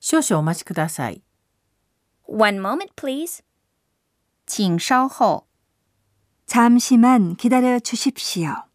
少々お待ちください。 One moment, please. 请稍后。 잠시만 기다려 주십시오.